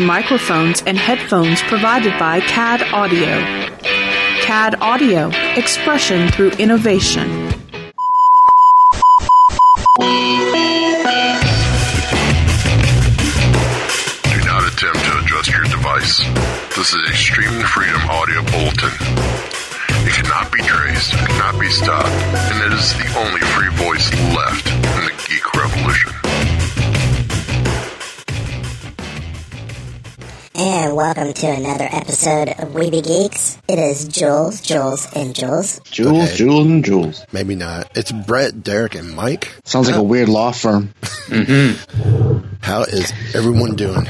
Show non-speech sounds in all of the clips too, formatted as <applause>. microphones and headphones provided by CAD Audio. CAD Audio, expression through innovation. Do not attempt to adjust your device. This is Extreme Freedom Audio Bulletin. It cannot be traced, cannot be stopped, and it is the only free voice left in the geek revolution. And welcome to another episode of Weeby Geeks. It is Jules, Jules, and Jules. Jules, Okay. Jules, and Jules. Maybe not. It's Brett, Derek, and Mike. Sounds like a weird law firm. How is everyone doing?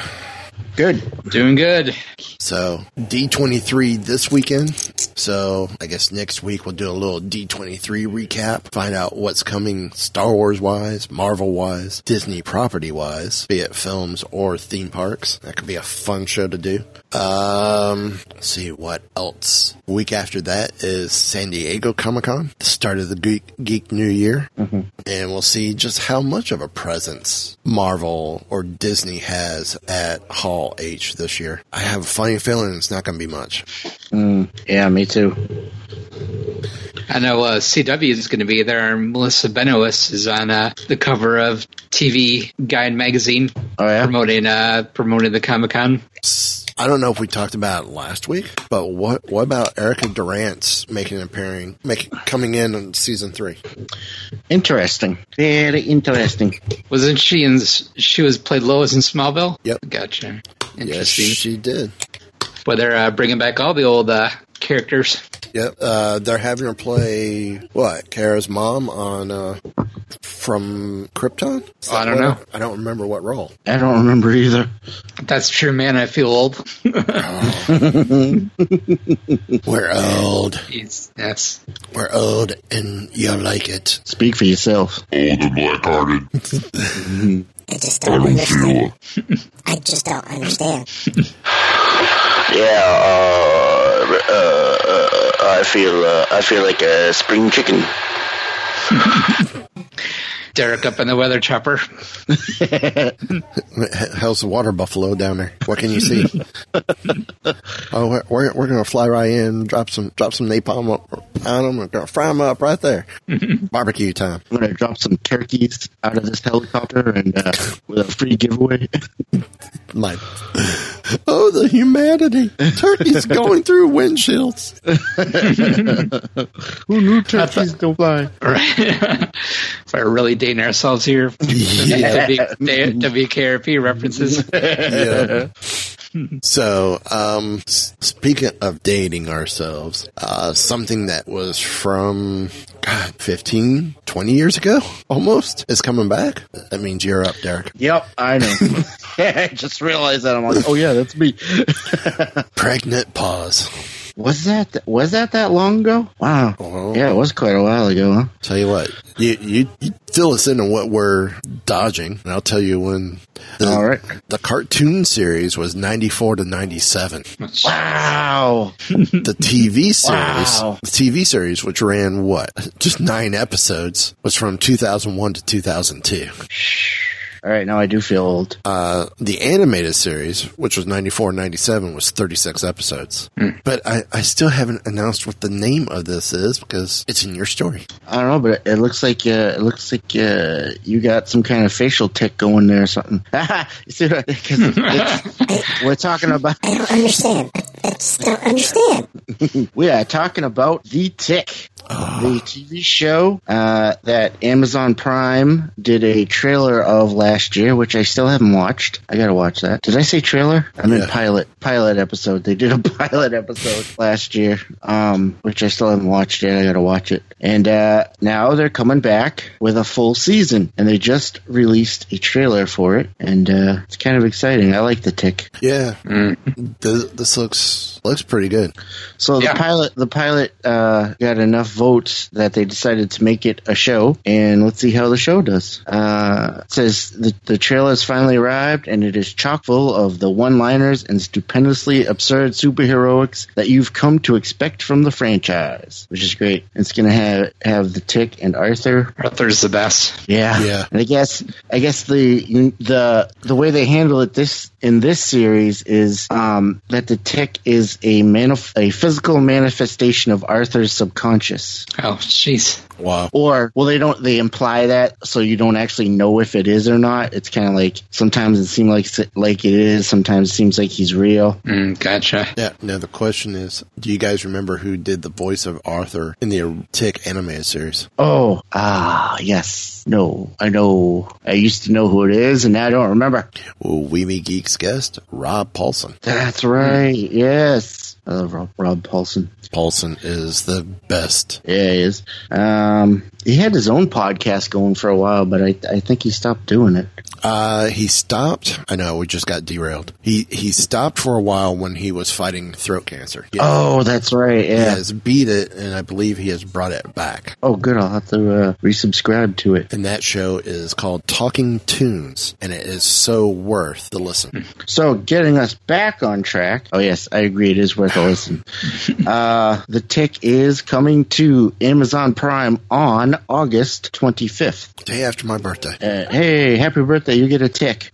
Good. Doing good. So, D23 this weekend. So, I guess next week we'll do a little D23 recap, find out what's coming Star Wars wise, Marvel wise, Disney property wise, be it films or theme parks. That could be a fun show to do. Um, let's see what else. Week after that is San Diego Comic Con, the start of the Geek, Geek New Year. and we'll see just how much of a presence Marvel or Disney has at Hall H this year. I have a funny feeling it's not going to be much. Yeah, me too. I know uh, CW is going to be there. and Melissa Benoist is on uh, the cover of TV Guide magazine Oh yeah. promoting uh, promoting the Comic Con. I don't know if we talked about it last week, but what what about Erica Durant's making an appearing, making coming in on season three? Interesting. Very interesting. Wasn't she in? She was played Lois in Smallville. Yep. Gotcha. Yes, Interesting. she did. Well, they're uh, bringing back all the old uh, characters. Yep, uh, they're having her play what Kara's mom on uh, from Krypton. Is Oh, I that don't what- know. I don't remember what role. I don't remember either. That's true, man. I feel old. We're old. It's- that's We're old, and you like it. Speak for yourself. Old and black-hearted. I just don't understand. I just don't understand. Yeah, uh, uh, uh, I feel uh, I feel like a spring chicken. Derek up in the weather chopper. <laughs> How's the water buffalo down there? What can you see? oh, we're, we're, we're gonna fly right in, drop some drop some napalm up on them, and gonna fry them up right there. Barbecue time. I'm gonna drop some turkeys out of this helicopter and uh, with a free giveaway. Like, oh, the humanity! Turkey's going through windshields. Who knew <laughs> turkeys go fly? Right. if we're really dating ourselves here, <laughs> W- WKRP references. Yeah. So, um, s- speaking of dating ourselves, uh, something that was from God, 15, 20 years ago almost is coming back. That means you're up, Derek. Yep, I know. <laughs> I just realized that I'm like, oh yeah, that's me. <laughs> Pregnant pause. was that was that that long ago? Wow. Oh. Yeah, it was quite a while ago. Huh? Tell you what, you, you, you fill us in on what we're dodging, and I'll tell you when. The, All right. The cartoon series was 94 to 97. Wow. the TV series, Wow. the TV series, which ran what, just nine episodes, was from 2001 to 2002. All right, now I do feel old. Uh, the animated series, which was 94 97, was 36 episodes. Hmm. But I, I still haven't announced what the name of this is because it's in your story. I don't know, but it looks like uh, it looks like uh, you got some kind of facial tick going there or something. <laughs> you see, what- 'cause it's- we're talking about I don't understand. I, I just don't understand. we are talking about the tick. The TV show uh, that Amazon Prime did a trailer of last year, which I still haven't watched. I gotta watch that. Did I say trailer? I mean Yeah. pilot pilot episode. They did a <laughs> pilot episode last year, um, which I still haven't watched yet. I gotta watch it. And uh, now they're coming back with a full season, and they just released a trailer for it, and uh, it's kind of exciting. I like the tick. Yeah. Th- this looks Looks pretty good. So the Yeah. pilot, the pilot uh, got enough votes that they decided to make it a show, and let's see how the show does. Uh, it says the the trailer has finally arrived, and it is chock full of the one-liners and stupendously absurd superheroics that you've come to expect from the franchise, which is great. It's gonna have have the Tick and Arthur. Arthur's the best. Yeah, Yeah. And I guess I guess the the the way they handle it this in this series is um, that the tick is a manif- a physical manifestation of Arthur's subconscious. Oh, jeez. Wow. Or well, they don't they imply that, so you don't actually know if it is or not. It's kind of like sometimes it seems like like it is, sometimes it seems like he's real. Mm, gotcha. Yeah. Now the question is, do you guys remember who did the voice of Arthur in the Tick animated series? Oh ah yes, no, I know. I used to know who it is, and now I don't remember. Well, Weeby Geeks guest Rob Paulson. That's right. Yes, I love Rob, Rob Paulson. Paulson is the best. Yeah, he is. Um, he had his own podcast going for a while, but I, I think he stopped doing it. Uh, he stopped. I know we just got derailed. He he stopped for a while when he was fighting throat cancer. Yeah. Oh, that's right. He Yeah. has beat it, and I believe he has brought it back. Oh, good. I'll have to uh, resubscribe to it. And that show is called Talking Tunes, and it is so worth the listen. So, getting us back on track. Oh, yes, I agree. It is worth a <laughs> listen. uh, the Tick is coming to Amazon Prime on August 25th. Day after my birthday. Uh, hey, happy birthday. You get a tick.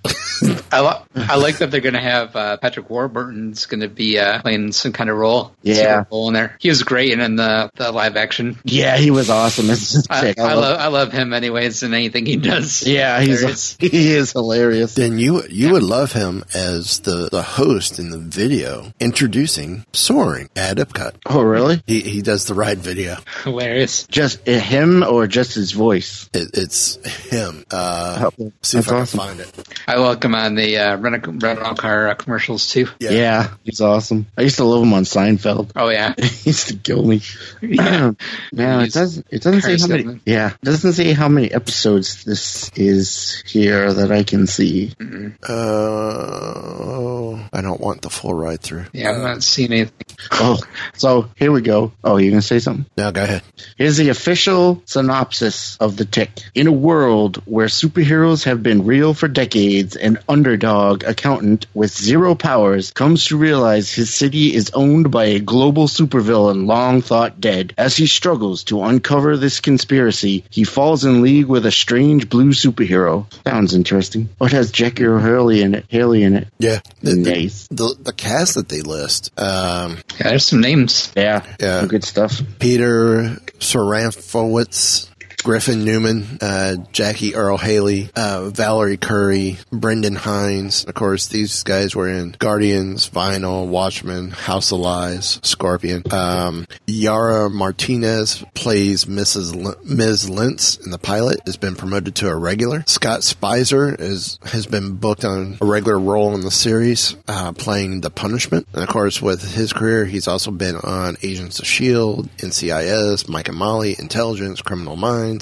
I, li- I like that they're going to have uh, Patrick Warburton's going to be uh, playing some kind of role. Yeah. Sort of role in there. He was great in, in the, the live action. Yeah, he was awesome. It's just a I, tick. I, love, I love him anyways in anything he does. Yeah, There he's is- <laughs> he is hilarious. Then you you would love him as the, the host in the video introducing Soaring at Epcot. Oh, really? He he does the ride video. <laughs> hilarious. Just uh, him or just his voice? It, it's him. Uh, Oh, see if that's I can awesome. find it. I like him on the uh, rental, rental car uh, commercials too. Yeah. Yeah. he's awesome. I used to love him on Seinfeld. <laughs> Oh, <laughs> yeah. he used to kill me. <clears throat> <clears throat> Yeah. now it He's doesn't. It doesn't say how many. charismatic. Yeah, it doesn't say how many episodes this is here that I can see. Mm. Uh, oh, I don't want the full ride through. Yeah, I'm not seeing anything. Oh, so here we go. Oh, you gonna say something? Now go ahead. Here's the official synopsis of The Tick. In a world where superheroes have been real for decades, an underdog accountant with zero powers comes to realize his city is owned by a global supervillain long thought dead. As he struggles to uncover this conspiracy, he falls in league with a strange blue superhero. Sounds interesting. What has Jackie O'Hurley in it? Haley in it? Yeah. The, the, Nice. the, the cast that they list, um, Yeah, there's some names. Yeah, Yeah. some good stuff. Peter Saranfowitz, Griffin Newman, uh, Jackie Earl Haley, uh, Valerie Curry, Brendan Hines. Of course, these guys were in Guardians, Vinyl, Watchmen, House of Lies, Scorpion. Um, Yara Martinez plays Mrs. L- Ms. Lentz in the pilot, has been promoted to a regular. Scott Spicer is, has been booked on a regular role in the series, uh, playing The Punishment. And of course, with his career, he's also been on Agents of S.H.I.E.L.D., NCIS, Mike and Molly, Intelligence, Criminal Minds.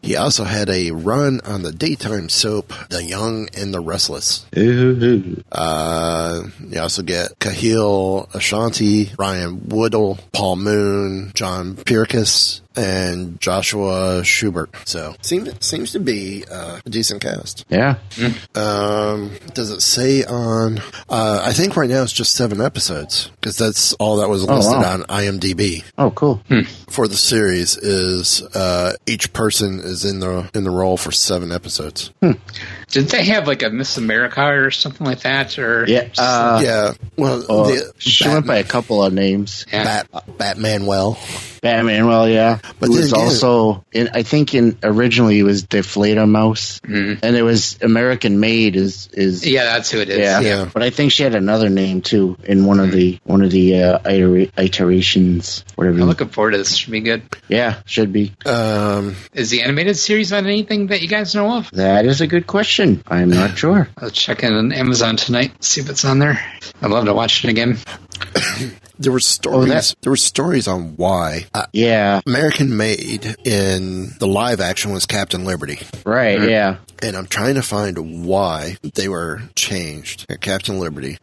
He also had a run on the daytime soap, The Young and the Restless. Uh, you also get Cahill Ashanti, Ryan Woodall, Paul Moon, John Pierkis, and Joshua Schubert. So seems seems to be uh, a decent cast. Yeah. Um, does it say on? Uh, I think right now it's just seven episodes because that's all that was listed Oh, wow. on IMDb Oh, cool. for the series. Is uh, each person is in the in the role for seven episodes? Did they have like a Miss America or something like that? Or Yeah. Uh, yeah. Well, oh, the, she went by a couple of names. Yeah. Bat, Batman. Well. Batman, well, yeah, But but then was again- also in. I think in originally it was Deflator Mouse, Mm-hmm. and it was American Made. Is is Yeah, that's who it is. yeah. Yeah. Mm-hmm. But I think she had another name too in one of the one of the uh, itera- iterations, whatever. I'm looking forward to this. Should be good. yeah, should be. Um, Is the animated series on anything that you guys know of? That is a good question. I'm not sure. I'll check in on Amazon tonight, see if it's on there. I'd love to watch it again. there were stories. that- there were stories on why uh, Yeah, American Made in the live action was Captain Liberty. right, Mm-hmm. yeah. and I'm trying to find why they were changed. Here, Captain Liberty.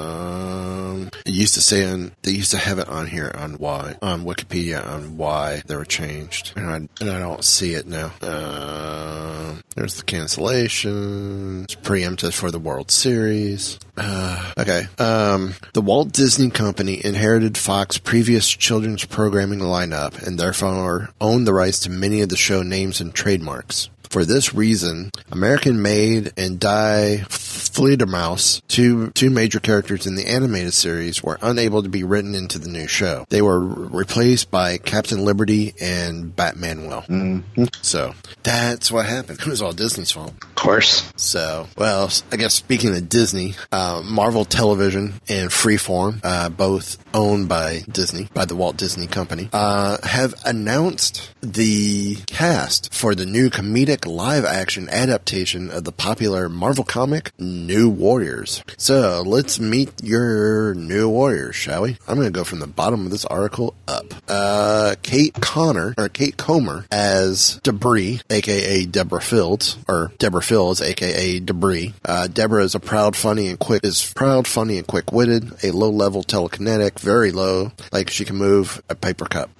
Um, it used to say on they used to have it on here on why on Wikipedia on why they were changed, and I and I don't see it now. Um, there's the cancellation. It's preempted for the World Series. Uh, okay. Um, the Walt Disney Company inherited Fox previous children's programming lineup and therefore owned the rights to many of the show names and trademarks. For this reason, American Made and Die Fledermaus, two two major characters in the animated series, were unable to be written into the new show. They were replaced by Captain Liberty and Batman Will. So that's what happened. <laughs> It was all Disney's fault. Of course. So, well, s- I guess speaking of Disney, uh, Marvel Television and Freeform, uh, both owned by Disney, by the Walt Disney Company, uh, have announced the cast for the new comedic live action adaptation of the popular Marvel comic New Warriors. So, let's meet your New Warriors, shall we? I'm going to go from the bottom of this article up. Uh, Kate Connor, or Kate Comer, as Debris, aka Deborah Fields, or Deborah Fields, aka Debris. Uh, Deborah is a proud, funny, and quick is proud, funny, and quick witted. A low level telekinetic, very low, like she can move a paper cup.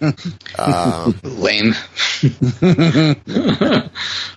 Lame.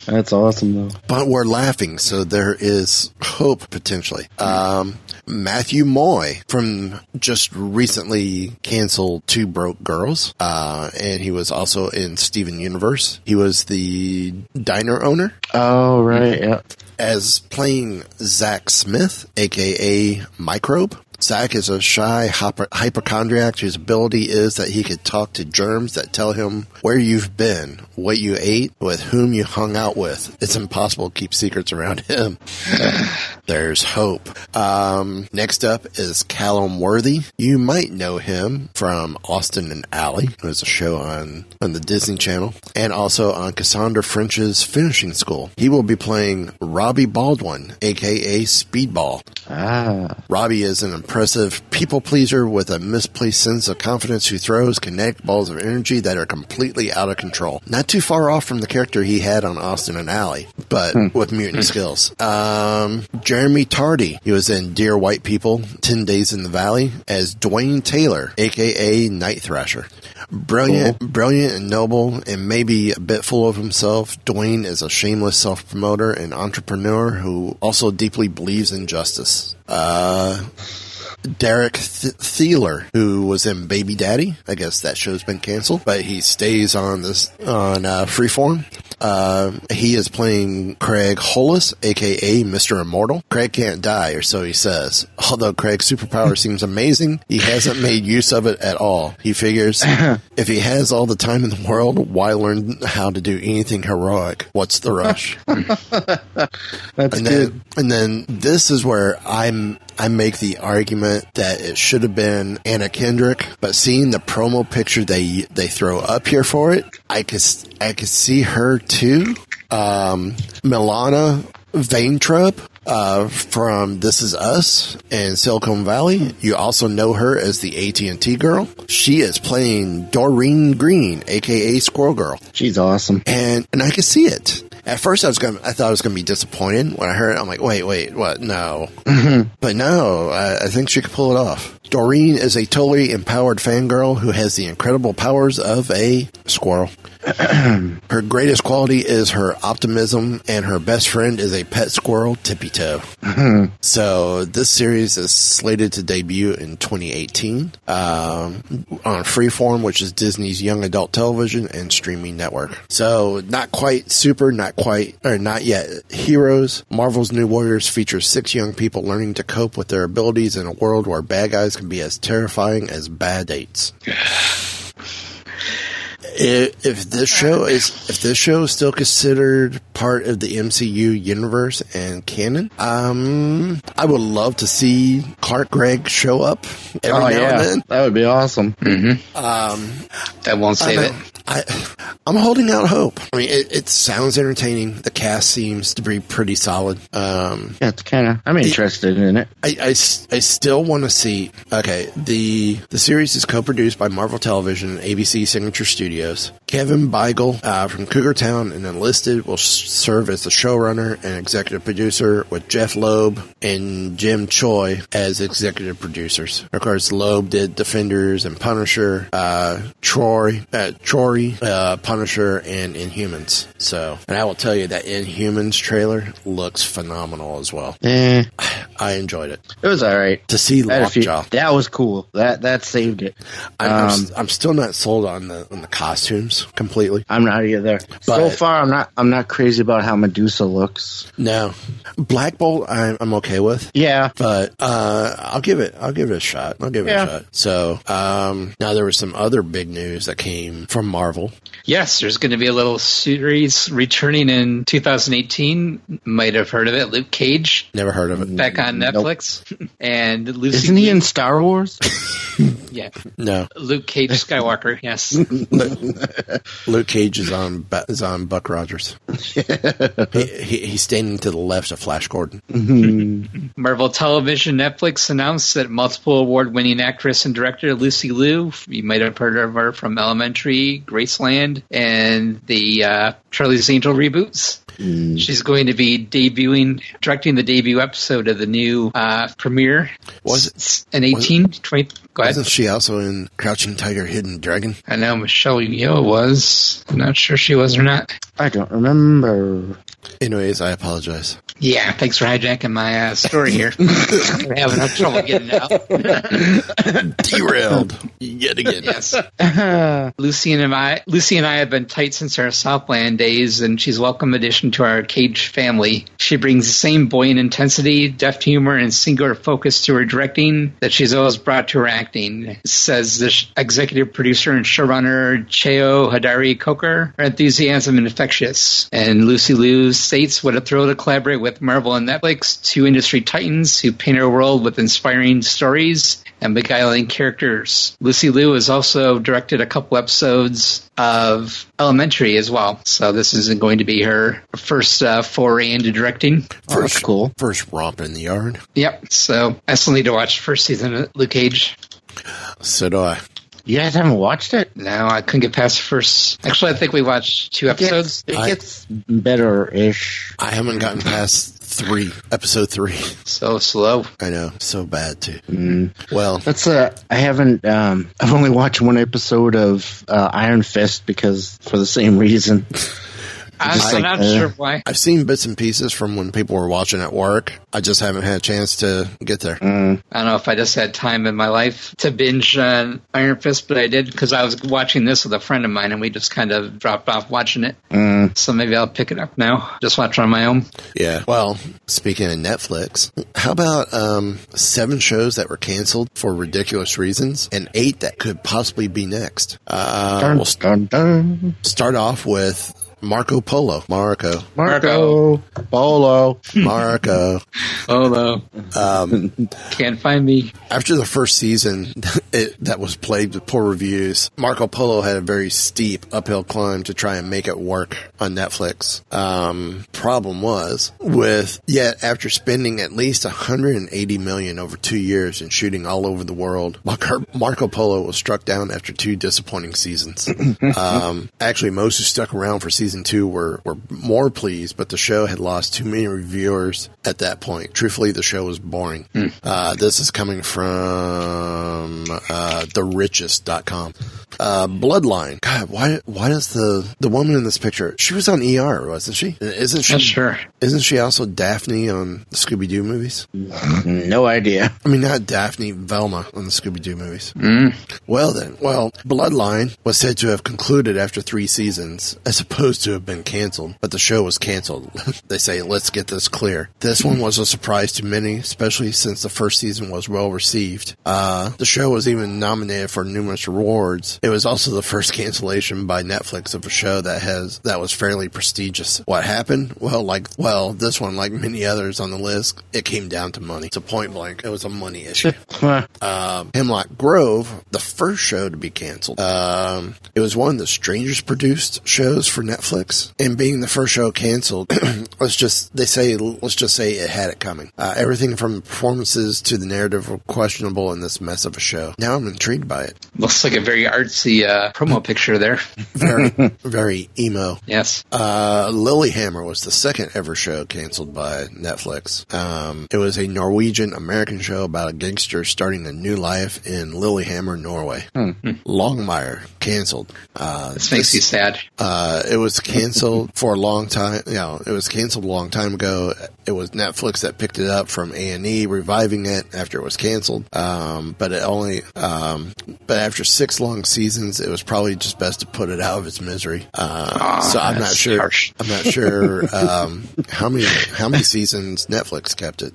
That's awesome though. but we're laughing, so there is hope potentially. Um, Matthew Moy from just recently canceled Two Broke Girls, uh, and he was also in Steven Universe. He was the diner owner Oh right, Mm-hmm. yeah. as playing Zach Smith, aka Microbe. Zach is a shy hyper- hypochondriac whose ability is that he could talk to germs that tell him where you've been, what you ate, with whom you hung out with. It's impossible to keep secrets around <laughs> him. There's hope. Um, next up is Callum Worthy. You might know him from Austin and Alley. It was a show on, on the Disney Channel and also on Cassandra French's Finishing School. He will be playing Robbie Baldwin, aka Speedball. Ah, Robbie is an impressive people pleaser with a misplaced sense of confidence who throws kinetic balls of energy that are completely out of control. Not too far off from the character he had on Austin and Alley, but with mutant skills. Um, Jeremy Tardy, he was in Dear White People, 10 Days in the Valley, as Dwayne Taylor, aka Night Thrasher. Brilliant, brilliant and noble, and maybe a bit full of himself, Dwayne is a shameless self promoter and entrepreneur who also deeply believes in justice. Uh, Derek Th- Thieler, who was in Baby Daddy. I guess that show's been canceled, but he stays on this on uh, Freeform. Uh, he is playing Craig Hollis, aka Mr. Immortal. Craig can't die, or so he says. Although Craig's superpower seems amazing, he hasn't made use of it at all. He figures if he has all the time in the world, why learn how to do anything heroic? What's the rush? that's and good. then, and then this is where I'm I make the argument that it should have been Anna Kendrick, but seeing the promo picture they they throw up here for it, I could s- I could see her too. Um, Milana Vaintrub uh, from This Is Us and Silicon Valley. You also know her as the AT and T girl. She is playing Doreen Green, aka Squirrel Girl She's awesome. and and I could see it. At first, I was going. to I thought I was going to be disappointed when I heard it. I'm like, wait, wait, what? No, but no, I, I think she could pull it off. Doreen is a totally empowered fangirl who has the incredible powers of a squirrel. her greatest quality is her optimism, and her best friend is a pet squirrel, Tippy Toe. So this series is slated to debut in 2018 um, on Freeform, which is Disney's young adult television and streaming network. So not quite super, not quite, or not yet. Heroes, Marvel's New Warriors features six young people learning to cope with their abilities in a world where bad guys can be as terrifying as bad dates. If, if this show is if this show is still considered part of the MCU universe and canon, um, I would love to see Clark Gregg show up every oh now yeah, and then. that would be awesome. That won't save I it. know. I, I'm holding out hope. I mean, it, it sounds entertaining. The cast seems to be pretty solid. Um, Yeah, it's kind of. I'm interested in it. I, I s- I still want to see. Okay, the the series is co-produced by Marvel Television, and ABC Signature Studios. Kevin Beigel uh, from Cougar Town and Enlisted will s- serve as the showrunner and executive producer, with Jeff Loeb and Jim Choi as executive producers. Of course, Loeb did Defenders and Punisher, uh, Troy, uh, Troy, uh, Punisher, and Inhumans. So, and I will tell you that Inhumans trailer looks phenomenal as well. Eh, I enjoyed it it was all right. to see I had a few- Lockjaw. that was cool. That that saved it. I'm, I'm, Um, s- I'm still not sold on the on the costumes completely. I'm not either. so But- far, I'm not. I'm not crazy about how Medusa looks. No, Black Bolt I'm, I'm okay with, Yeah, but uh, I'll give it I'll give it a shot. I'll give it Yeah. a shot. So um, now there was some other big news that came from Marvel. Yes, there's going to be a little series returning in 2018. Might have heard of it. Luke Cage Never heard of it. back on Nope. Netflix, <laughs> and Lucy. isn't he in Star Wars? <laughs> Yeah, No, Luke Cage Skywalker. Yes, Luke Cage is on Ba- is on <laughs> Buck Rogers. he, he, he's standing to the left of Flash Gordon. Marvel Television Netflix announced that multiple award-winning actress and director Lucy Liu. You might have heard of her from Elementary, Graceland, and the uh, Charlie's Angel reboots. Mm. She's going to be debuting, directing the debut episode of the new uh, premiere. Was it- S- an 18? 20, go ahead. Wasn't she also in Crouching Tiger, Hidden Dragon? I know Michelle Yeoh was. I'm not sure she was or not. I don't remember. Anyways, I apologize. Yeah, thanks for hijacking my uh, story here. <laughs> I'm having enough trouble getting it out. Derailed <laughs> yet again. Yes. <laughs> Lucy and I Lucy and I have been tight since our Southland days and she's a welcome addition to our cage family. She brings the same buoyant intensity, deft humor, and singular focus to her directing that she's always brought to her acting, says the sh- executive producer and showrunner Cheo Hadari Coker. Her enthusiasm and infectious. And Lucy Liu states what a thrill to collaborate with Marvel and Netflix, two industry titans who paint our world with inspiring stories and beguiling characters. Lucy Liu has also directed a couple episodes of Elementary as well, so this isn't going to be her first uh, foray into directing. Oh, that's cool. First romp in the yard. Yep, so I still need to watch the first season of Luke Cage. So do I. You guys haven't watched it. No, I couldn't get past the first. Actually, I think we watched two episodes. It I- gets better ish. I haven't gotten past three, episode three. So slow. I know, so bad too. Well, <laughs> That's uh, I haven't. Um, I've only watched one episode of uh, Iron Fist because for the same reason. I'm Just still like, not uh, sure why. I've seen bits and pieces from when people were watching at work. I just haven't had a chance to get there. Mm. I don't know if I just had time in my life to binge on Iron Fist, but I did because I was watching this with a friend of mine, and we just kind of dropped off watching it. Mm. So maybe I'll pick it up now. Just watch on my own. Yeah. Well, speaking of Netflix, how about um, seven shows that were canceled for ridiculous reasons and eight that could possibly be next? Uh, Dun, We'll st- dun, dun. start off with Marco Polo. Marco. Marco. Marco Polo. <laughs> Marco. Oh no, Um, <laughs> can't find me. After the first season <laughs> it, that was plagued with poor reviews, Marco Polo had a very steep uphill climb to try and make it work on Netflix. Um, problem was with yet after spending at least 180 million over two years and shooting all over the world, Marco, Marco Polo was struck down after two disappointing seasons. um, actually, most who stuck around for season two were were more pleased, but the show had lost too many reviewers at that point. Truthfully, the show was boring. Uh, this is coming from uh, therichest.com. Uh, Bloodline. God, why why does the the woman in this picture? She was on ER, wasn't she? Isn't she? Not sure. Isn't she also Daphne on the Scooby Doo movies? No idea. I mean, not Daphne, Velma on the Scooby Doo movies. Well, then, well, Bloodline was said to have concluded after three seasons, as opposed to have been canceled, but the show was canceled. <laughs> they say, let's get this clear. This one was a surprise to many, especially since the first season was well received. Uh, the show was even nominated for numerous awards, It was also the first cancellation by Netflix of a show that has that was fairly prestigious. What happened? Well, like well, this one, like many others on the list, it came down to money. It's a point blank. It was a money issue. <laughs> Huh. um, Hemlock Grove, the first show to be canceled. Um, it was one of the strangest produced shows for Netflix, and being the first show canceled, <clears throat> let's just they say let's just say it had it coming. Uh, everything from performances to the narrative were questionable in this mess of a show. Now I'm intrigued by it. Looks like a very artsy uh, promo picture there. Very, very emo. Yes. Uh, Lilyhammer was the second ever show canceled by Netflix. Um, it was a Norwegian American show about a gangster starting a new life in Lilyhammer, Norway. Longmire canceled. Uh, This makes you sad. uh, it was <laughs> canceled for a long time. You know, it was canceled a long time ago. It was Netflix that picked it up from A and E, reviving it after it was canceled. Um, but it only, um, but after six long seasons, it was probably just best to put it out of its misery. Uh, so I'm not Ah, that's sure. harsh. I'm not <laughs> sure um, how many how many seasons Netflix kept it.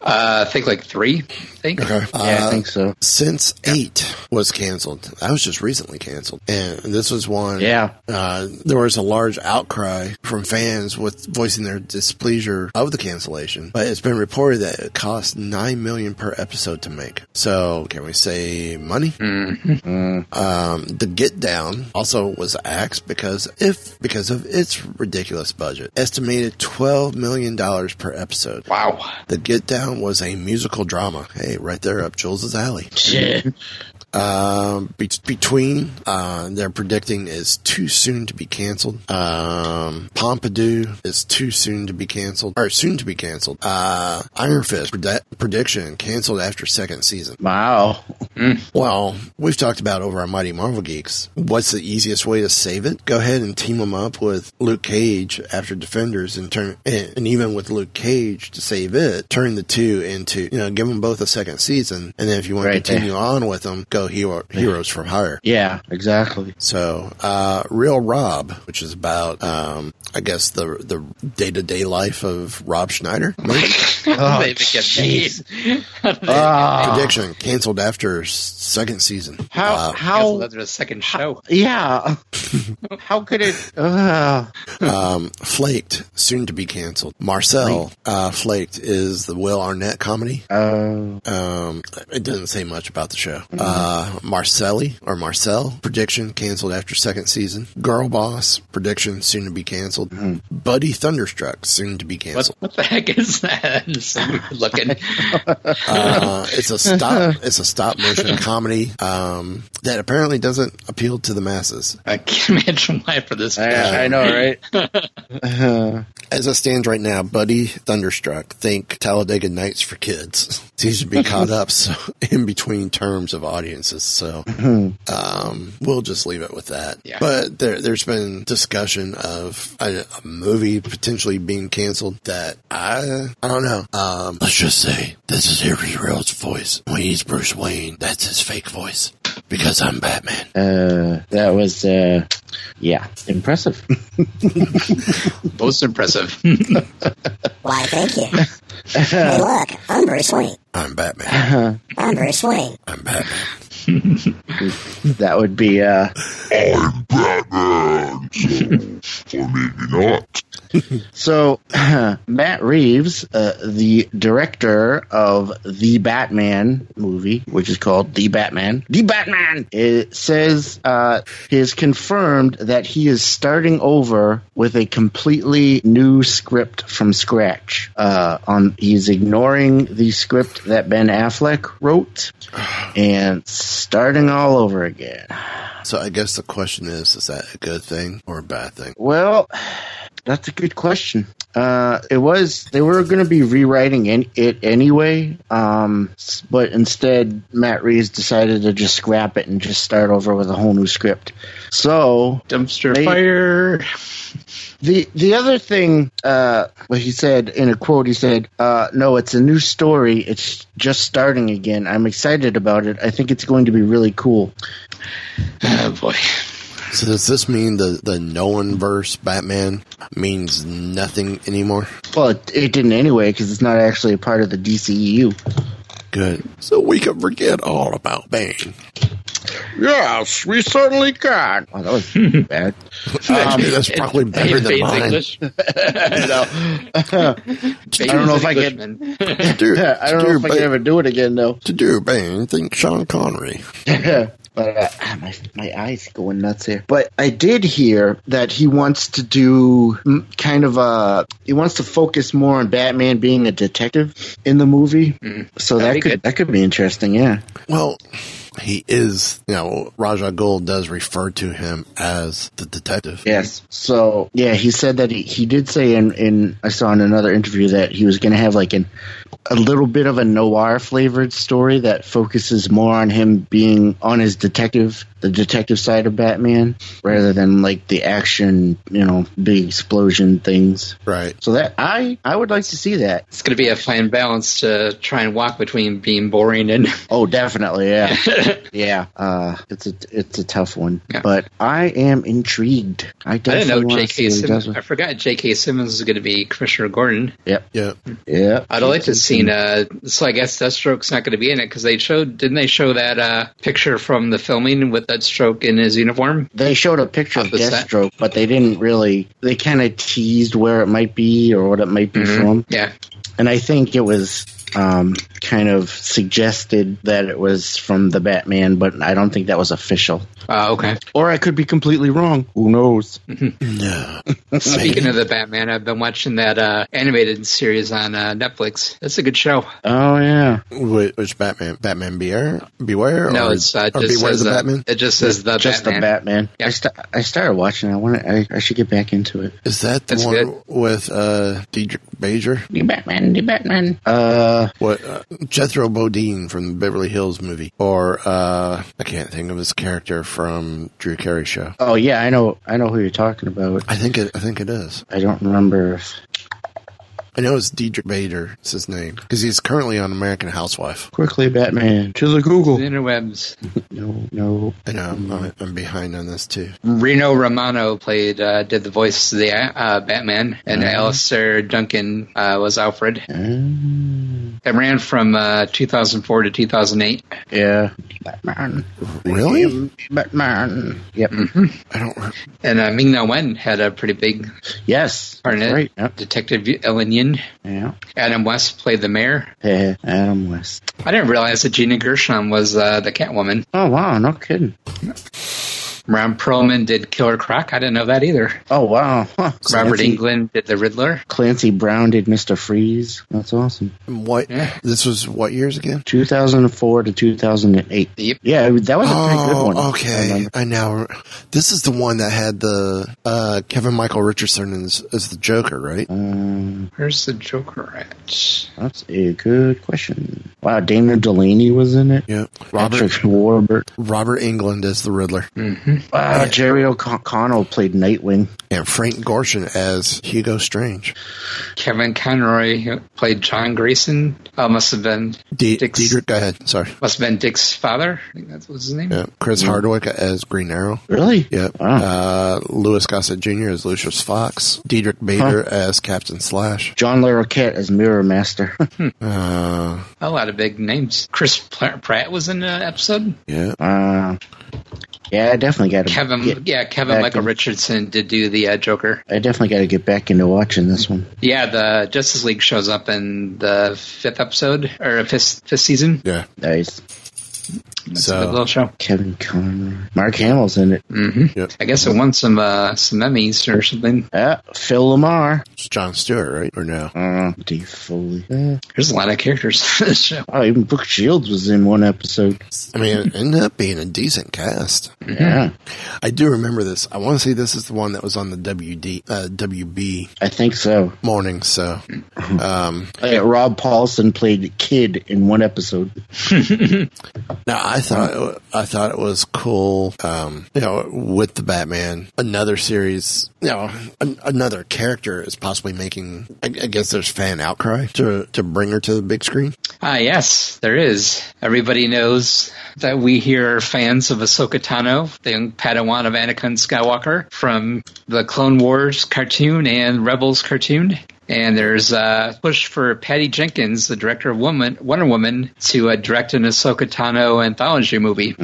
Uh, I think like three. I think. yeah, Uh, I think so. Since eight was canceled, that was just recently canceled, and this was one. Yeah. uh, there was a large outcry from fans with voicing their displeasure of the cancellation. But it's been reported that it cost nine million per episode to make. So can we say money? Um, the Get Down also was axed because if because of its ridiculous budget, estimated twelve million dollars per episode. Wow. The Get Down was a musical drama. Hey, right there up Jules' alley. Um, be- between, uh, they're predicting is too soon to be canceled. Um, Pompidou is too soon to be canceled, or soon to be canceled. Uh, Iron Fist predi- prediction canceled after second season. Wow. Well, we've talked about over our Mighty Marvel Geeks. What's the easiest way to save it? Go ahead and team them up with Luke Cage after Defenders and turn, and, and even with Luke Cage to save it, turn the two into, you know, give them both a second season. And then if you want Right, to continue on with them, go hero, Heroes from Hire. Yeah, exactly. So, uh, Real Rob, which is about, um, I guess the, the day to day life of Rob Schneider. Oh, They even get made. Prediction canceled after s- second season. Uh, How? Uh, Cancel how? that to the second show. <laughs> Yeah. how could it? Uh, um, Flaked, soon to be canceled. Marcel, uh, Flaked is the Will Arnett comedy. oh, Um, it doesn't say much about the show. Uh, Marcelli or Marcel, prediction canceled after second season. Girl Boss, prediction soon to be canceled. Buddy Thunderstruck, soon to be What, canceled. what the heck is that? <laughs> It's so weird looking. <laughs> Uh, it's a stop, it's a stop motion comedy, um, that apparently doesn't appeal to the masses. I can't imagine why for this. I, I know, <laughs> right? As it stands right now, Buddy Thunderstruck, think Talladega Nights for kids, <laughs> seems to be caught up so, <laughs> in between terms of audiences. So um, we'll just leave it with that. Yeah. But there, there's been discussion of a, a movie potentially being canceled that I I don't know. Um, let's just say this is Harry Real's voice. When he's Bruce Wayne, that's his fake voice because I'm Batman. Uh, that was, uh, yeah, impressive. Most impressive. Why, thank you. hey, look, I'm Bruce Wayne. I'm Batman. I'm Bruce Wayne. I'm Batman. that would be. Uh, I'm Batman, so, or maybe not. so, <clears throat> Matt Reeves, uh, the director of the Batman movie, which is called The Batman, The Batman, it says uh, he has confirmed that he is starting over with a completely new script from scratch. Uh, on he's ignoring the script that Ben Affleck wrote and starting all over again. So I guess the question is: Is that a good thing or a bad thing? Well, that's a good question. Uh, it was they were going to be rewriting in, it anyway, um, s- but instead Matt Reeves decided to just scrap it and just start over with a whole new script. So <laughs> Dumpster They- fire. the the other thing, uh, what he said in a quote, he said, uh, "No, it's a new story. It's just starting again. I'm excited about it. I think it's going to be really cool." Oh boy. So does this mean the the Nolan verse Batman means nothing anymore? Well, it, it didn't anyway because it's not actually a part of the E DCEU. Good. So we can forget all about Bane. Yes, we certainly can. Oh, that <laughs> was bad. Um, Actually, that's probably better than Bates mine. English. <laughs> <laughs> I don't know if I can- To do, I don't to know do if I ba- can ever do it again though. to do Bane, think Sean Connery. But uh, ah, my my eyes going nuts here. But I did hear that he wants to do mm, kind of a he wants to focus more on Batman being a detective in the movie. So Mm-hmm. That'd that be could good. that could be interesting. Yeah, Well, he is, you know, Raja Gold does refer to him as the detective. Yes. So yeah, he said that he, he did say in, in I saw in another interview that he was going to have like an a little bit of a noir flavored story that focuses more on him being on his detective the detective side of Batman rather than like the action you know big explosion things. Right. So that I I would like to see that. It's going to be a fine balance to try and walk between being boring and <laughs> Oh, definitely, yeah, yeah. Uh, it's a it's a tough one, but I am intrigued. I I didn't definitely know wanna see J.K. what he does Simmons. with- I forgot J.K. Simmons was going to be Commissioner Gordon. Yep, Yeah. yep. I'd have liked to have seen. Uh, so I guess Deathstroke's not going to be in it because they showed didn't they show that uh, picture from the filming with Deathstroke in his uniform? they showed a picture of Off the set. Deathstroke, but they didn't really. They kind of teased where it might be or what it might be Mm-hmm. from, Yeah, and I think it was um, kind of suggested that it was from the Batman, but I don't think that was official. Uh, okay. Or I could be completely wrong. Who knows? Yeah. <laughs> Speaking of the Batman, I've been watching that uh, animated series on uh, Netflix. That's a good show. Oh yeah, Which, which Batman? Batman Beware? Beware? no, or, it's uh, or just Beware says the uh, Batman? It just says the just Batman. the Batman. Yeah. I, st- I started watching. I want. I, I should get back into it. Is that the That's one good. with uh, Diedrich Bader? The Batman. The Batman. Uh, What uh, Jethro Bodine from the Beverly Hills movie, or uh, I can't think of his character from Drew Carey show. oh yeah, I know. I know who you're talking about. I think it. I think it is. I don't remember. If, I know it's Diedrich Bader. It's his name because he's currently on American Housewife. quickly, Batman to the Google. The interwebs. No, no. um, I know I'm, Mm-hmm. I'm, I'm behind on this too. Reno Romano played uh, did the voice of the uh, Batman, and Alistair Duncan uh, was Alfred. It ran from uh, 2004 to 2008. Yeah. Batman. Really? Mm-hmm. Batman. Yep. Mm-hmm. I don't. re- And uh, Ming Na Wen had a pretty big Yes. part in it. Right. Yep. Detective Ellen Yin. Yeah. Adam West played the mayor. Yeah. Adam West. I didn't realize that Gina Gershon was uh, the Catwoman. Oh wow, no kidding. Ron Perlman did Killer Croc. I didn't know that either. Oh wow. Huh. Robert Clancy- England did the Riddler. Clancy Brown did Mr. Freeze. That's awesome. What? Yeah. This was what years again? 2004 to 2008. Yep. Yeah, that was a pretty good one. Oh, I okay. remember. I now. re- This is the one that had the uh, Kevin Michael Richardson as, as the Joker, right? Um, Where's the Joker at? that's a good question. Wow, Dana Delaney was in it. Yeah. Patrick Robert Warburg. Robert England as the Riddler, Wow, Jerry O'Connell played Nightwing. and Frank Gorshin as Hugo Strange. Kevin Conroy played John Grayson. Uh, must have been D- Dix- Diedrich, go ahead. Sorry. must have been Dick's father. I think that was his name. Yeah. Chris Hardwick as Green Arrow. Really? Yep. Wow. Uh, Louis Gossett Jr. as Lucius Fox. Diedrich Bader as Captain Slash. John Larroquette as Mirror Master. <laughs> Uh, Oh, A lot of big names. Chris Pl- Pratt was in the episode. yeah. Uh, yeah, I definitely got to. Kevin, Get, yeah, Kevin back Michael in- Richardson did do the uh, Joker. I definitely got to get back into watching this one. Yeah, the Justice League shows up in the fifth episode or fifth fifth season. Yeah. Nice, That's So- a good little show. Kevin Conroy, Mark Hamill's in it. I guess it won some uh, some Emmys or something. Uh, Phil Lamar, It's John Stewart, right? Or no? uh, D. Foley. Uh, There's a lot of characters <laughs> in this show. oh, even Brooke Shields was in one episode. I mean, it ended up being a decent cast. Yeah, I do remember this. I want to say this is the one that was on the WD, uh, WB I think so. morning. So, um, Uh, Rob Paulson played Kid in one episode. No, I thought I thought it was cool. Um, you know, with the Batman, another series, you know, an, another character is possibly making. I, I guess there's fan outcry to to bring her to the big screen. Ah, yes, there is. Everybody knows that we here are fans of Ahsoka Tano, the young Padawan of Anakin Skywalker from the Clone Wars cartoon and Rebels cartoon. And there's a push for Patty Jenkins, the director of Woman, Wonder Woman, to uh, direct an Ahsoka Tano anthology movie.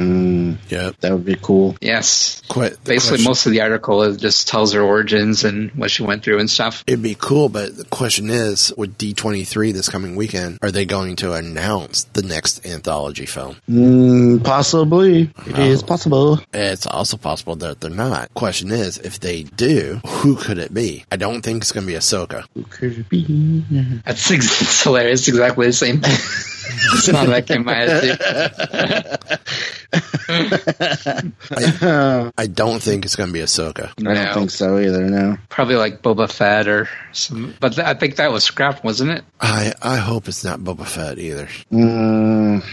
Yep. That would be cool. Yes. Quite the Basically, question- most of the article is- just tells her origins and what she went through and stuff. It'd be cool, but the question is, with D23 this coming weekend, are they going to announce the next anthology film? Mm, possibly. It is possible. It's also possible that they're not. Question is, if they do, who could it be? I don't think it's going to be Ahsoka. Could it be? That's ex- <laughs> it's hilarious. Exactly the same <laughs> thought that came to my head. too. I don't think it's going to be Ahsoka. I don't No. think so either, no. Probably like Boba Fett or some. But th- I think that was scrapped, wasn't it? I I hope it's not Boba Fett either. Mm,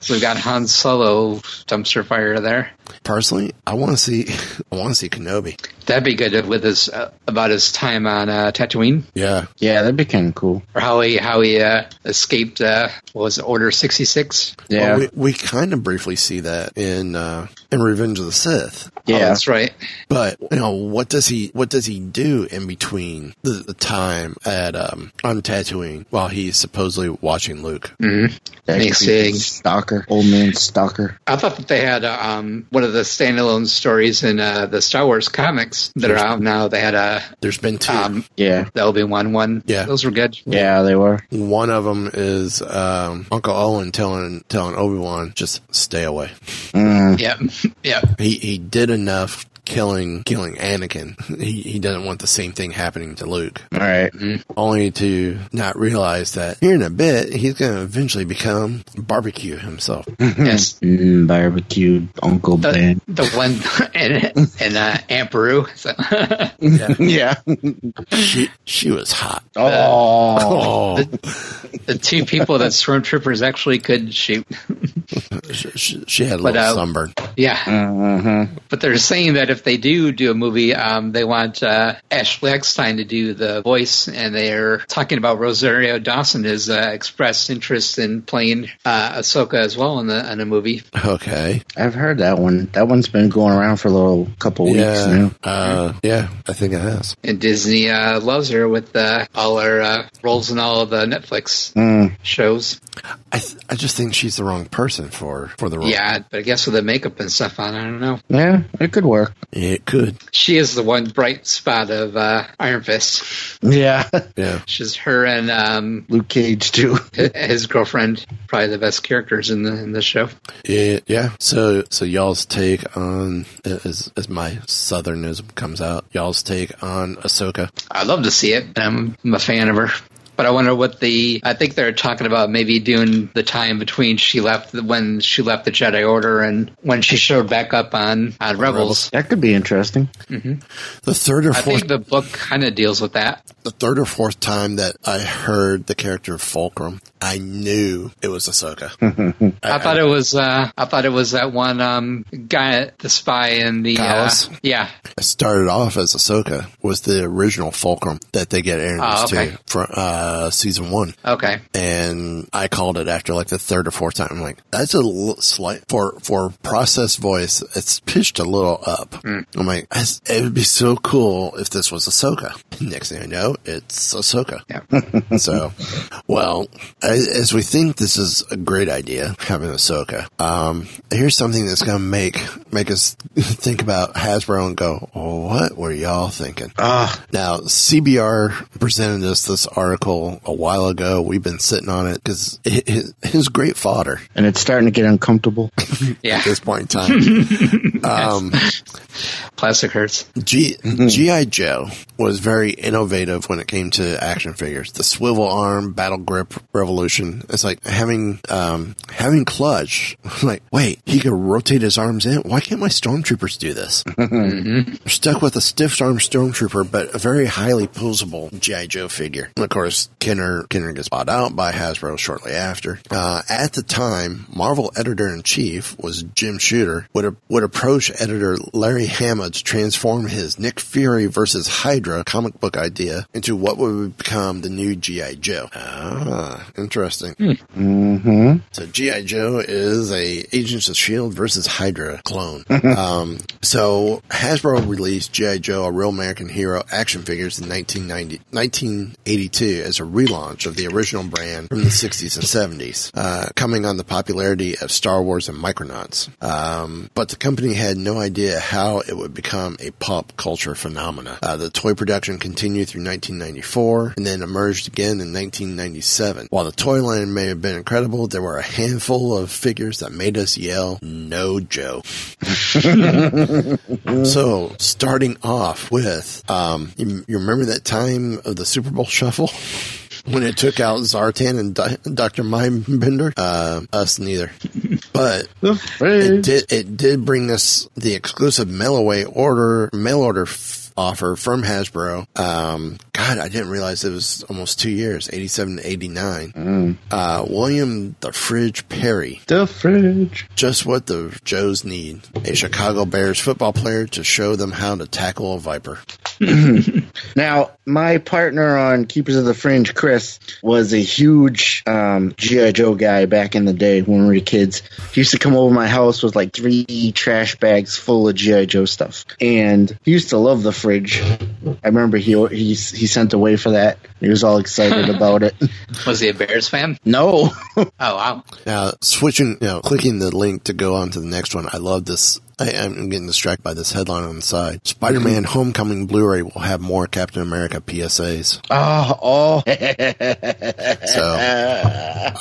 So we've got Han Solo dumpster fire there. Personally, I want to see <laughs> I want to see Kenobi. That'd be good with his uh, about his time on uh, Tatooine Yeah, yeah, that'd be kind of cool. or how he how he uh, escaped. Uh, what was it, Order sixty six? Yeah. Well, we we kind of briefly see that in uh, in Revenge of the Sith. yeah. Oh, that's right. But you know what does he what does he do in between the, the time at um on Tatooine while he's supposedly watching Luke? That Makes creepy sense. stalker. Old man stalker. I thought that they had uh, um, one of the standalone stories in uh, the Star Wars comics that are out now. They had a There's been two. um, Yeah. the Obi Wan one. Yeah. those were good. Yeah, they were. One of them is um, Uncle Owen telling telling Obi Wan just stay away. Yeah, yeah. <laughs> He he did enough killing killing Anakin. <laughs> He he doesn't want the same thing happening to Luke. All right. Only to not realize that here in a bit he's going to eventually become barbecue himself. Yes, Mm, barbecue Uncle the, <laughs> Ben. the one in in uh, Amperu. <laughs> So, <laughs> yeah. <laughs> she she was hot. Oh. Oh, the two people that stormtroopers actually could shoot. she, she- she had a But, little uh, sunburn. Yeah. Uh-huh. But they're saying that if they do do a movie, um, they want uh, Ashley Eckstein to do the voice, and they're talking about Rosario Dawson has uh, expressed interest in playing uh, Ahsoka as well in the in a movie. Okay, <laughs> I've heard that one. That one's been going around for a little couple weeks yeah, now. uh, yeah, I think it has. And Disney uh, loves her with uh, all her uh, roles in all of the Netflix shows. I th- I just think she's the wrong person for for the role. Yeah, but I guess with the makeup and stuff on, I don't know. Yeah, it could work. it could. She is the one bright spot of uh, Iron Fist. Yeah. Yeah, She's her and um, <laughs> Luke Cage, too. <laughs> hi- <laughs> his girlfriend, probably the best characters in the in the show. Yeah, yeah. So, so y'all's take on as as my southernism comes out, y'all's take on Ahsoka. I'd love to see it. I'm, I'm a fan of her. But I wonder what the. I think they're talking about maybe doing the time between she left when she left the Jedi Order and when she showed back up on on Rebels. That could be interesting. The third or I fourth, think the book kind of deals with that. the third or fourth time that I heard the character Fulcrum, I knew it was Ahsoka. I, thought it was. Uh, I thought it was that one um, guy, the spy in the. Uh, Callus? yeah, it started off as Ahsoka was the original Fulcrum that they get introduced Oh, okay. to from uh, season one. Okay. and I called it after like the third or fourth time. I'm like, that's a little slight for for process voice. It's pitched a little up. I'm like, "That's- it would be so cool if this was Ahsoka. <laughs> Next thing I know, it's Ahsoka. Yeah. <laughs> so, well, as, as we think this is a great idea having Ahsoka, um, here's something that's gonna make make us <laughs> think about Hasbro and go, what were y'all thinking? Now, CBR presented us this article a while ago. We've been sitting on it because it, it, it's great fodder And it's starting to get uncomfortable. <laughs> Yeah. at this point in time. um, Plastic hurts. G- G.I. Joe was very innovative when it came to action figures. The swivel arm, battle grip revolution. It's like having, um, having clutch. <laughs> like, wait, he could rotate his arms in. Why can't my stormtroopers do this? stuck with a stiff arm stormtrooper, but a very highly posable G.I. Joe figure. And of course, Kenner, Kenner gets bought out by Hasbro shortly after. Uh, at the time, Marvel editor in chief was Jim Shooter, would, would approach editor Larry Hama to transform his Nick Fury versus Hydra comic comic book idea into what would become the new G.I. Joe. Ah, interesting. Mm-hmm. So G.I. Joe is a Agents of S.H.I.E.L.D. E versus Hydra clone. um, so Hasbro released G.I. Joe, a real American hero action figures in 1990, 1982 as a relaunch of the original brand from the 60s and 70s, uh, coming on the popularity of Star Wars and Micronauts. Um, but the company had no idea how it would become a pop culture phenomenon. Uh, the toy production continued through 1994 and then emerged again in 1997. While the toy line may have been incredible, there were a handful of figures that made us yell, No Joe. so, starting off with, um, you, you remember that time of the Super Bowl shuffle? When it took out Zartan and Di- Dr. Mindbender? Uh, us neither. But it did it did bring us the exclusive mail away order mail order f- offer from Hasbro. Um, God, I didn't realize it was almost two years, eighty seven to eighty nine. Uh, William the Fridge Perry, The fridge. just what the Joes need: a Chicago Bears football player to show them how to tackle a viper. Now, my partner on Keepers of the Fringe, Chris, was a huge um, G.I. Joe guy back in the day when we were kids. He used to come over my house with like three trash bags full of G.I. Joe stuff. And he used to love the fridge. I remember he, he, he sent away for that. He was all excited about it. <laughs> Was he a Bears fan? No. <laughs> Oh wow. Now, switching, you know, clicking the link to go on to the next one. I love this. I, I'm getting distracted by this headline on the side. Spider-Man Homecoming Blu-ray will have more Captain America PSAs. Oh, oh. <laughs> So,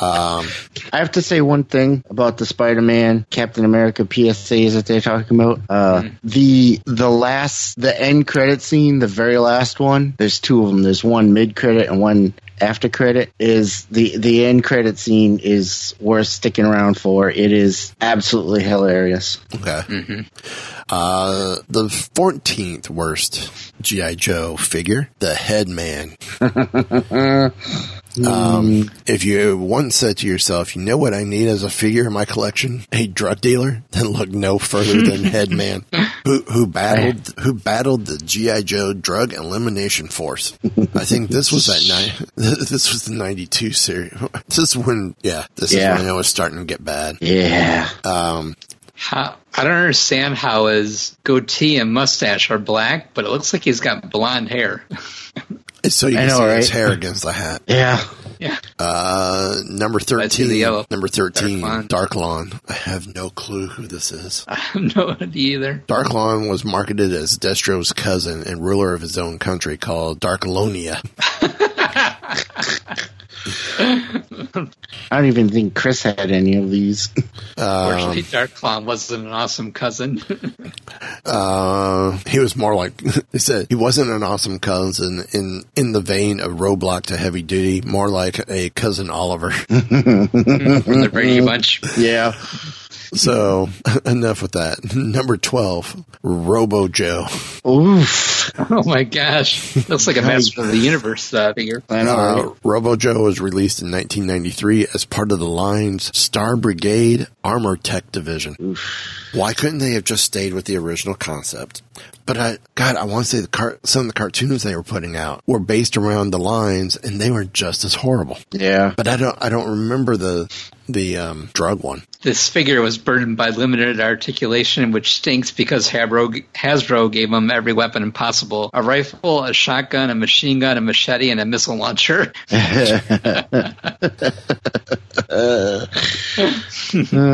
Um, I have to say one thing about the Spider-Man, Captain America PSAs that they're talking about. Uh, The the last, the end credit scene, the very last one. There's two of them. There's one mid credit and one after credit. Is the the end credit scene is worth sticking around for. It is absolutely hilarious. okay. Mm-hmm. Uh, the 14th worst G.I. Joe figure, <laughs> the Headman. um, if you once said to yourself, you know what I need as a figure in my collection? A drug dealer? <laughs> Then look no further <laughs> than Headman, who, who battled, who battled the G.I. Joe drug elimination force. I think this was that night. <laughs> This was the 92 series. <laughs> This is when, yeah, this Yeah. is when it was starting to get bad. Yeah. Um, How, I don't understand how his goatee and mustache are black, but it looks like he's got blonde hair. <laughs> So you I can know, see right? his <laughs> hair against the hat. Yeah. yeah. Uh, number I see thirteen. the yellow. Number thirteen. Dark Lawn. Dark Lawn. I have no clue who this is. I have no idea either. Dark Lawn was marketed as Destro's cousin and ruler of his own country called Darklonia. I don't even think Chris had any of these. Fortunately, Dark Clown wasn't an awesome cousin. <laughs> Uh, he was more like <laughs> they said he wasn't an awesome cousin in in the vein of Roblox to Heavy Duty, more like a cousin Oliver. <laughs> from the Brady Bunch. yeah. so <laughs> enough with that. Number twelve, Robo Joe. <laughs> Oof. Oh my gosh. Looks like a Master of the Universe uh, figure. I know. right? Uh, Robo Joe was released in 1993 as part of the line's Star Brigade Armor Tech Division. Why couldn't they have just stayed with the original concept? But I, God, I want to say the car- some of the cartoons they were putting out were based around the lines, and they were just as horrible. Yeah. But I don't, I don't remember the the um, drug one. This figure was burdened by limited articulation, which stinks because Habro, Hasbro gave him every weapon possible a rifle, a shotgun, a machine gun, a machete, and a missile launcher. <laughs>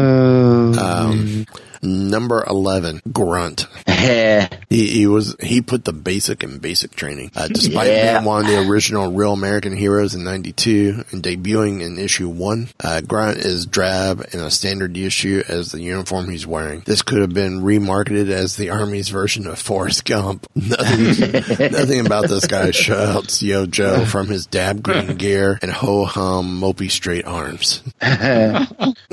uh, <laughs> Number eleven, Grunt. He, he was he put the basic in basic training. Uh, despite Yeah. being one of the original Real American Heroes in '92 and debuting in issue one, uh, Grunt is drab in a standard issue as the uniform he's wearing. This could have been remarketed as the Army's version of Forrest Gump. <laughs> Nothing, nothing about this guy shouts Yo Joe from his dab green gear and ho hum mopey straight arms.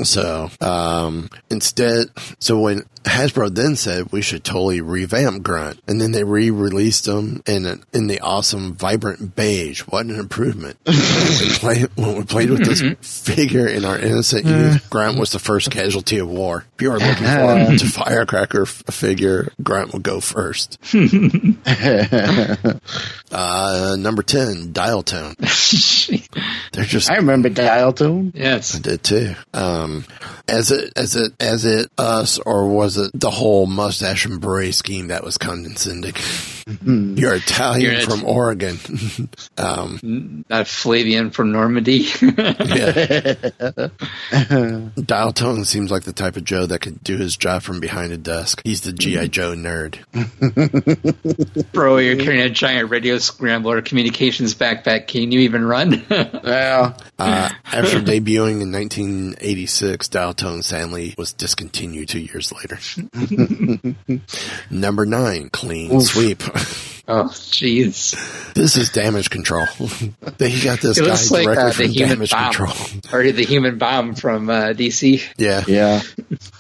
So um, instead, so when Hasbro then said we should totally revamp Grunt, and then they re-released him in an, in the awesome vibrant beige. What an improvement! when, we played, when we played with this figure in our innocent youth, Grunt was the first casualty of war. If you were looking for him to firecracker f- figure, Grunt will go first. uh, number ten, Dial Tone. They're just I remember Dial Tone. yes. did too. Um, as it, as it, as it, us, or was it the whole mustache and beret scheme that was condescending? You're Italian You're it. from <laughs> Oregon. Not Flavian from Normandy. <laughs> Dial Tone seems like the type of Joe that could do his job from behind a desk. He's the GI Joe nerd. Bro, you're carrying a giant radio scrambler communications backpack. Can you even run? <laughs> Well, Uh, after debuting in 1986, Dial Tone sadly was discontinued two years later. Number nine, clean sweep. oh, jeez. This is damage control. <laughs> he got this It guy looks directly like uh, the from human damage bomb, control. <laughs> or the human bomb from uh, DC. Yeah. yeah.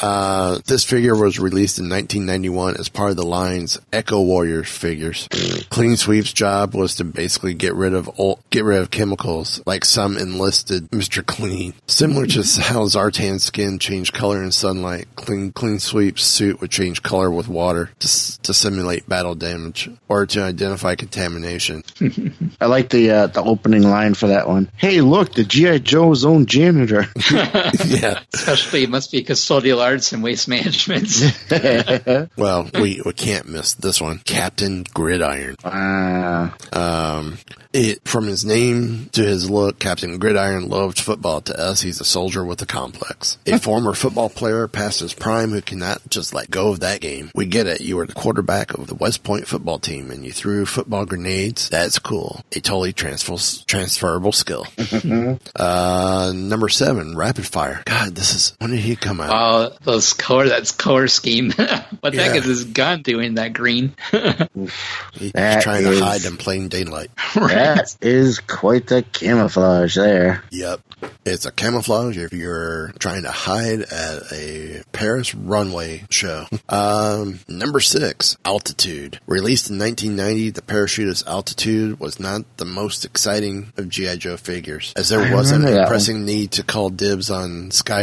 Uh, this figure was released in 1991 as part of the line's Echo Warriors figures. <clears throat> Clean Sweep's job was to basically get rid of old, get rid of chemicals, like some enlisted Mr. Clean. Similar to <laughs> how Zartan's skin changed color in sunlight, Clean Clean Sweep's suit would change color with water to, s- to simulate battle damage or to identify contamination. <laughs> I like the uh, the opening line for that one. Hey, look, the GI Joe's own janitor. <laughs> yeah. Especially, it must be custodial arts and <laughs> waste management. <laughs> Well, we, we can't miss this one. Captain Gridiron. <laughs> Ah, Um, it from his name to his look, Captain Gridiron loved football. To us, he's a soldier with a complex, a former football player past his prime who cannot just let go of that game. We get it. You were the quarterback of the West Point football team, and you threw football grenades. That's cool. A totally transfer, transferable skill. Mm-hmm. uh, number seven, rapid fire. God, this is when did he come out? Oh, those color, that's color scheme. <laughs> what the Yeah. heck is this gun doing that green? <laughs> He's that trying to is- hide in plain daylight. that is quite the camouflage there. Yep. It's a camouflage if you're trying to hide at a Paris runway show. <laughs> Um, number six, altitude. Released in 1990, the parachutist altitude was not the most exciting of G.I. Joe figures, as there was an remember that pressing need to call dibs on Sky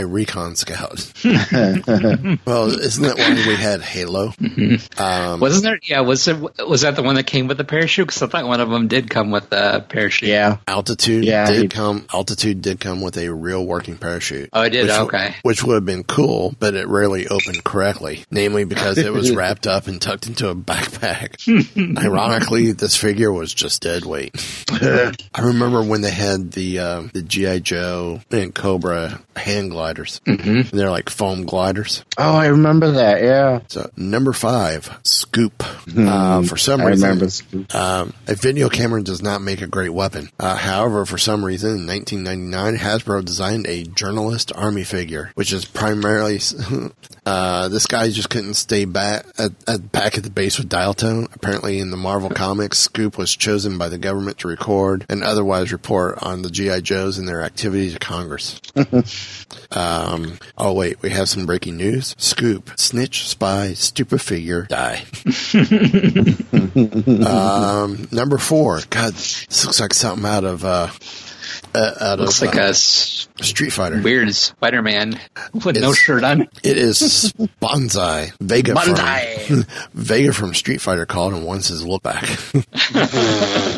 <laughs> Recon Scout. <laughs> well, isn't that why we <laughs> had Halo? Um, Wasn't there? Yeah, was it? Was that the one that came with the parachute? Because I thought one of them did come with the parachute. Yeah, Altitude Yeah, did he- come. Altitude did come with a real working parachute. Oh, it did? Which, w- Okay. Which would have been cool, but it rarely opened correctly, namely because it was wrapped up and tucked into a backpack. Ironically, this figure was just dead weight. I remember when they had the uh, the GI Joe and Cobra hand gliders. Mm-hmm. They're like foam gliders. Oh, I remember that. Yeah, So number five, Scoop. Uh, for some I reason, remember. um, a video camera does not make a great weapon. Uh, however, for some reason, in 1999, Hasbro designed a journalist army figure, which is primarily <laughs> uh, this guy just couldn't stay back at, at back at the base with dial tone. Apparently, in the Marvel comics, Scoop was chosen by the government to record and otherwise report on the GI Joes and their activity to Congress. um, oh wait, we have some breaking news. Scoop, snitch, spy, stupid figure, <laughs> die. Um, number four. God, this looks like something out of uh, uh, out Looks of like a uh, s- Street Fighter. weird Spider-Man with no It's- shirt on. It is Bonsai Vega from <laughs> Vega from Street Fighter called and wants his look back.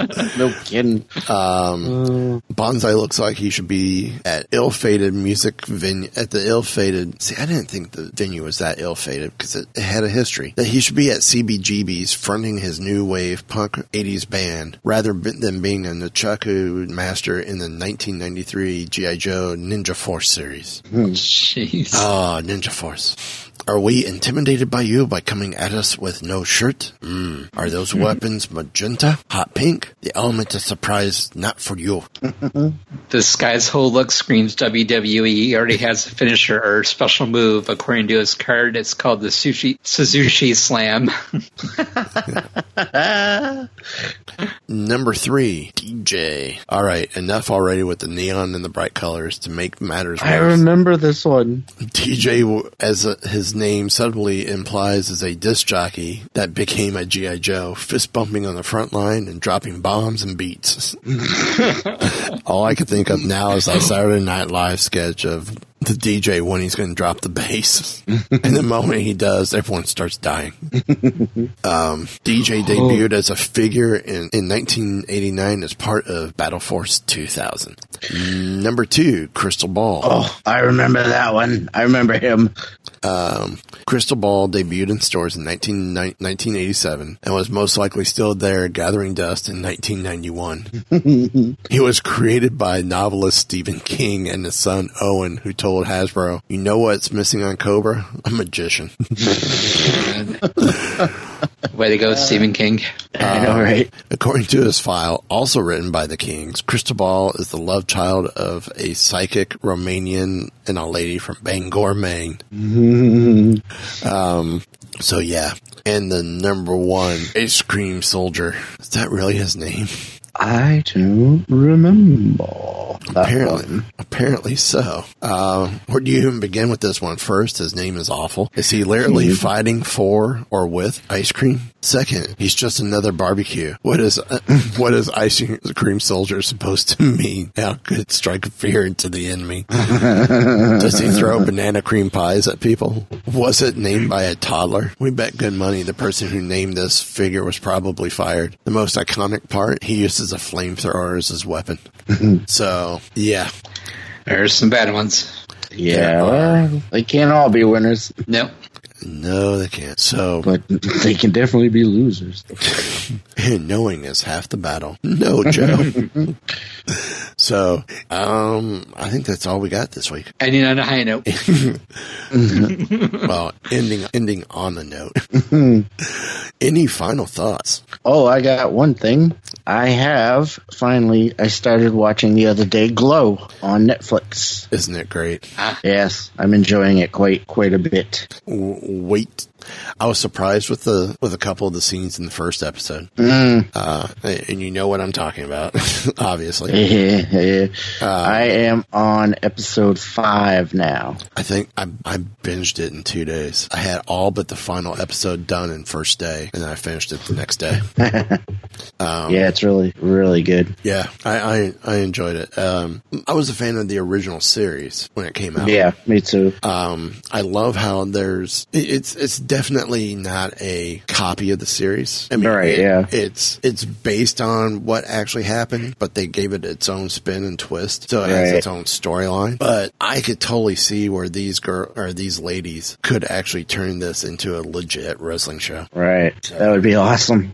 <laughs> No kidding. Bonsai looks like he should be at ill-fated music venue at the ill-fated. See, I didn't think the venue was that ill-fated because it, it had a history that he should be at CBGB's fronting his new wave punk '80s band rather b- than being a Nunchaku master in the 1993 GI Joe Ninja Force series. Jeez. Ah, Ninja Force. Are we intimidated by you by coming at us with no shirt? Mm. Are those weapons magenta, hot pink? The element of surprise not for you. this guy's whole look screams WWE. He already has a finisher or special move according to his card. It's called the sushi Suzuki Slam. Number three, DJ. All right, enough already with the neon and the bright colors to make matters I worse. remember this one. DJ, w- as uh his name subtly implies, is a disc jockey that became a G.I. Joe, fist bumping on the front line and dropping bombs and beats. All I can think of now is that Saturday Night Live sketch of the DJ when he's going to drop the bass. and the moment he does, everyone starts dying. Um, DJ debuted as a figure in, in 1989 as part of Battle Force 2000. Number two, Crystal Ball. Oh, I remember that one. I remember him. Um, Crystal Ball debuted in stores in 19, 1987 and was most likely still there gathering dust in 1991. he was created by novelist Stephen King and his son Owen, who told Hasbro, You know what's missing on Cobra? A magician. Way to go, Stephen King. I know, right? According to his file, also written by the Kings, Cristobal is the love child of a psychic Romanian and a lady from Bangor, Maine. um, so yeah. And the number one, Ice Cream Soldier. Is that really his name? I don't remember. that Apparently, one. apparently so. Uh, where do you even begin with this one? First, his name is awful. Is he literally Hmm. fighting for or with ice cream? Second, he's just another barbecue. What is <clears throat> what is ice cream soldier supposed to mean? How could it strike fear into the <laughs> enemy? Does he throw banana cream pies at people? Was it named by a toddler? We bet good money the person who named this figure was probably fired. The most iconic part, he uses a flamethrower as his weapon. So, yeah. There's some bad ones. Yeah, well, they can't all be winners, Nope. No, they can't. So, <laughs> but <laughs> they can definitely be losers. knowing is half the battle. No, Joe. so, um, I think that's all we got this week. And you know, on a high note, Well, ending ending on a note. Any final thoughts? Oh, I got one thing. I have finally. I started watching the other day Glow on Netflix. Isn't it great? Yes, I'm enjoying it quite quite a bit. <laughs> w- wait. I was surprised with the with a couple of the scenes in the first episode, uh, and you know what I'm talking about, <laughs> obviously. I am on episode five now. I think I, I binged it in two days. I had all but the final episode done in first day, and then I finished it the next day. yeah, it's really really good. Yeah, I I, I enjoyed it. Um, I was a fan of the original series when it came out. Yeah, me too. Um, I love how there's it- it's it's definitely not a copy of the series. I mean, Right, it- yeah. it's it's based on what actually happened, but they gave it its own spin and twist, so it has Right. its own storyline. But I could totally see where these girl or these ladies could actually turn this into a legit wrestling show. Right, that would be awesome.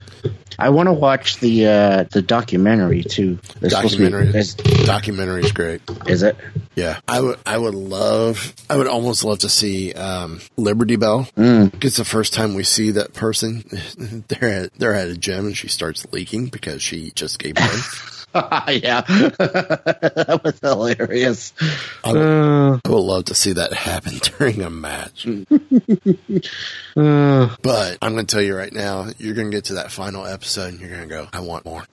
I want to watch the uh, the documentary too. They're supposed to be- Documentary, is, documentary is great. is it? <laughs> Yeah, I would. I would love. I would almost love to see um, Liberty Bell. Mm. It's the first time we see that person. <laughs> they're at they're at a gym and she starts leaking because she just gave birth. Ah, yeah, <laughs> that was hilarious. I would, I would love to see that happen <laughs> during a match. <laughs> but I'm going to tell you right now, you're going to get to that final episode and you're going to go, "I want more.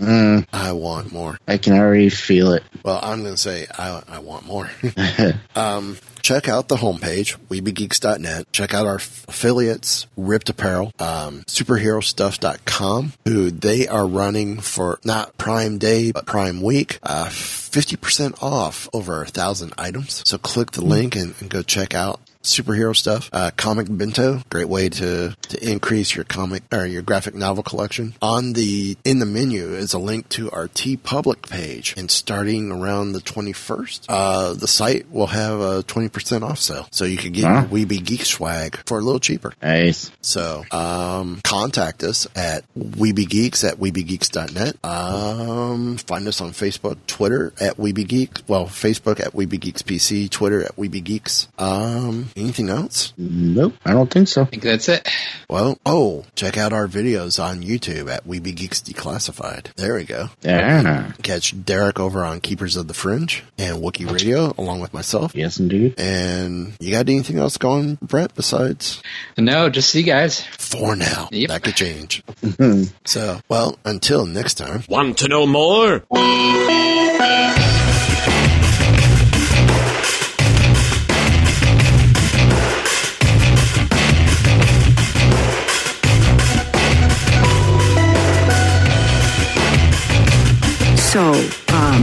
I want more." I can already feel it. Well, I'm going to say I, I want more. <laughs> um, check out the homepage, weebiegeeks.net. Check out our affiliates, Ripped Apparel, um, superherostuff.com, who they are running for not Prime Day, but Prime Week, uh, 50% off over a thousand items. So click the link and, and go check out superhero stuff. Uh, comic Bento, great way to to increase your comic or your graphic novel collection. On the in the menu is a link to our T Public page, and starting around the twenty first, uh, the site will have a twenty percent off sale, so you can get Wow. your Weeby Geek swag for a little cheaper. Nice. So um, contact us at WeebyGeeks at WeebyGeeks.net. Um, find us on Facebook, Twitter at WeebyGeeks. Well, Facebook at WeebyGeeksPC, Twitter at WeebyGeeks. Um, Anything else? Nope, I don't think so. I think that's it. Well, oh, check out our videos on YouTube at Weeby Geeks Declassified. There we go. Yeah. Catch Derek over on Keepers of the Fringe and Wookie Radio along with myself. Yes, indeed. And you got anything else going, Brett, besides No, just see you guys. for now? Yep. That could change. so, well, until next time. Want to know more? So, um,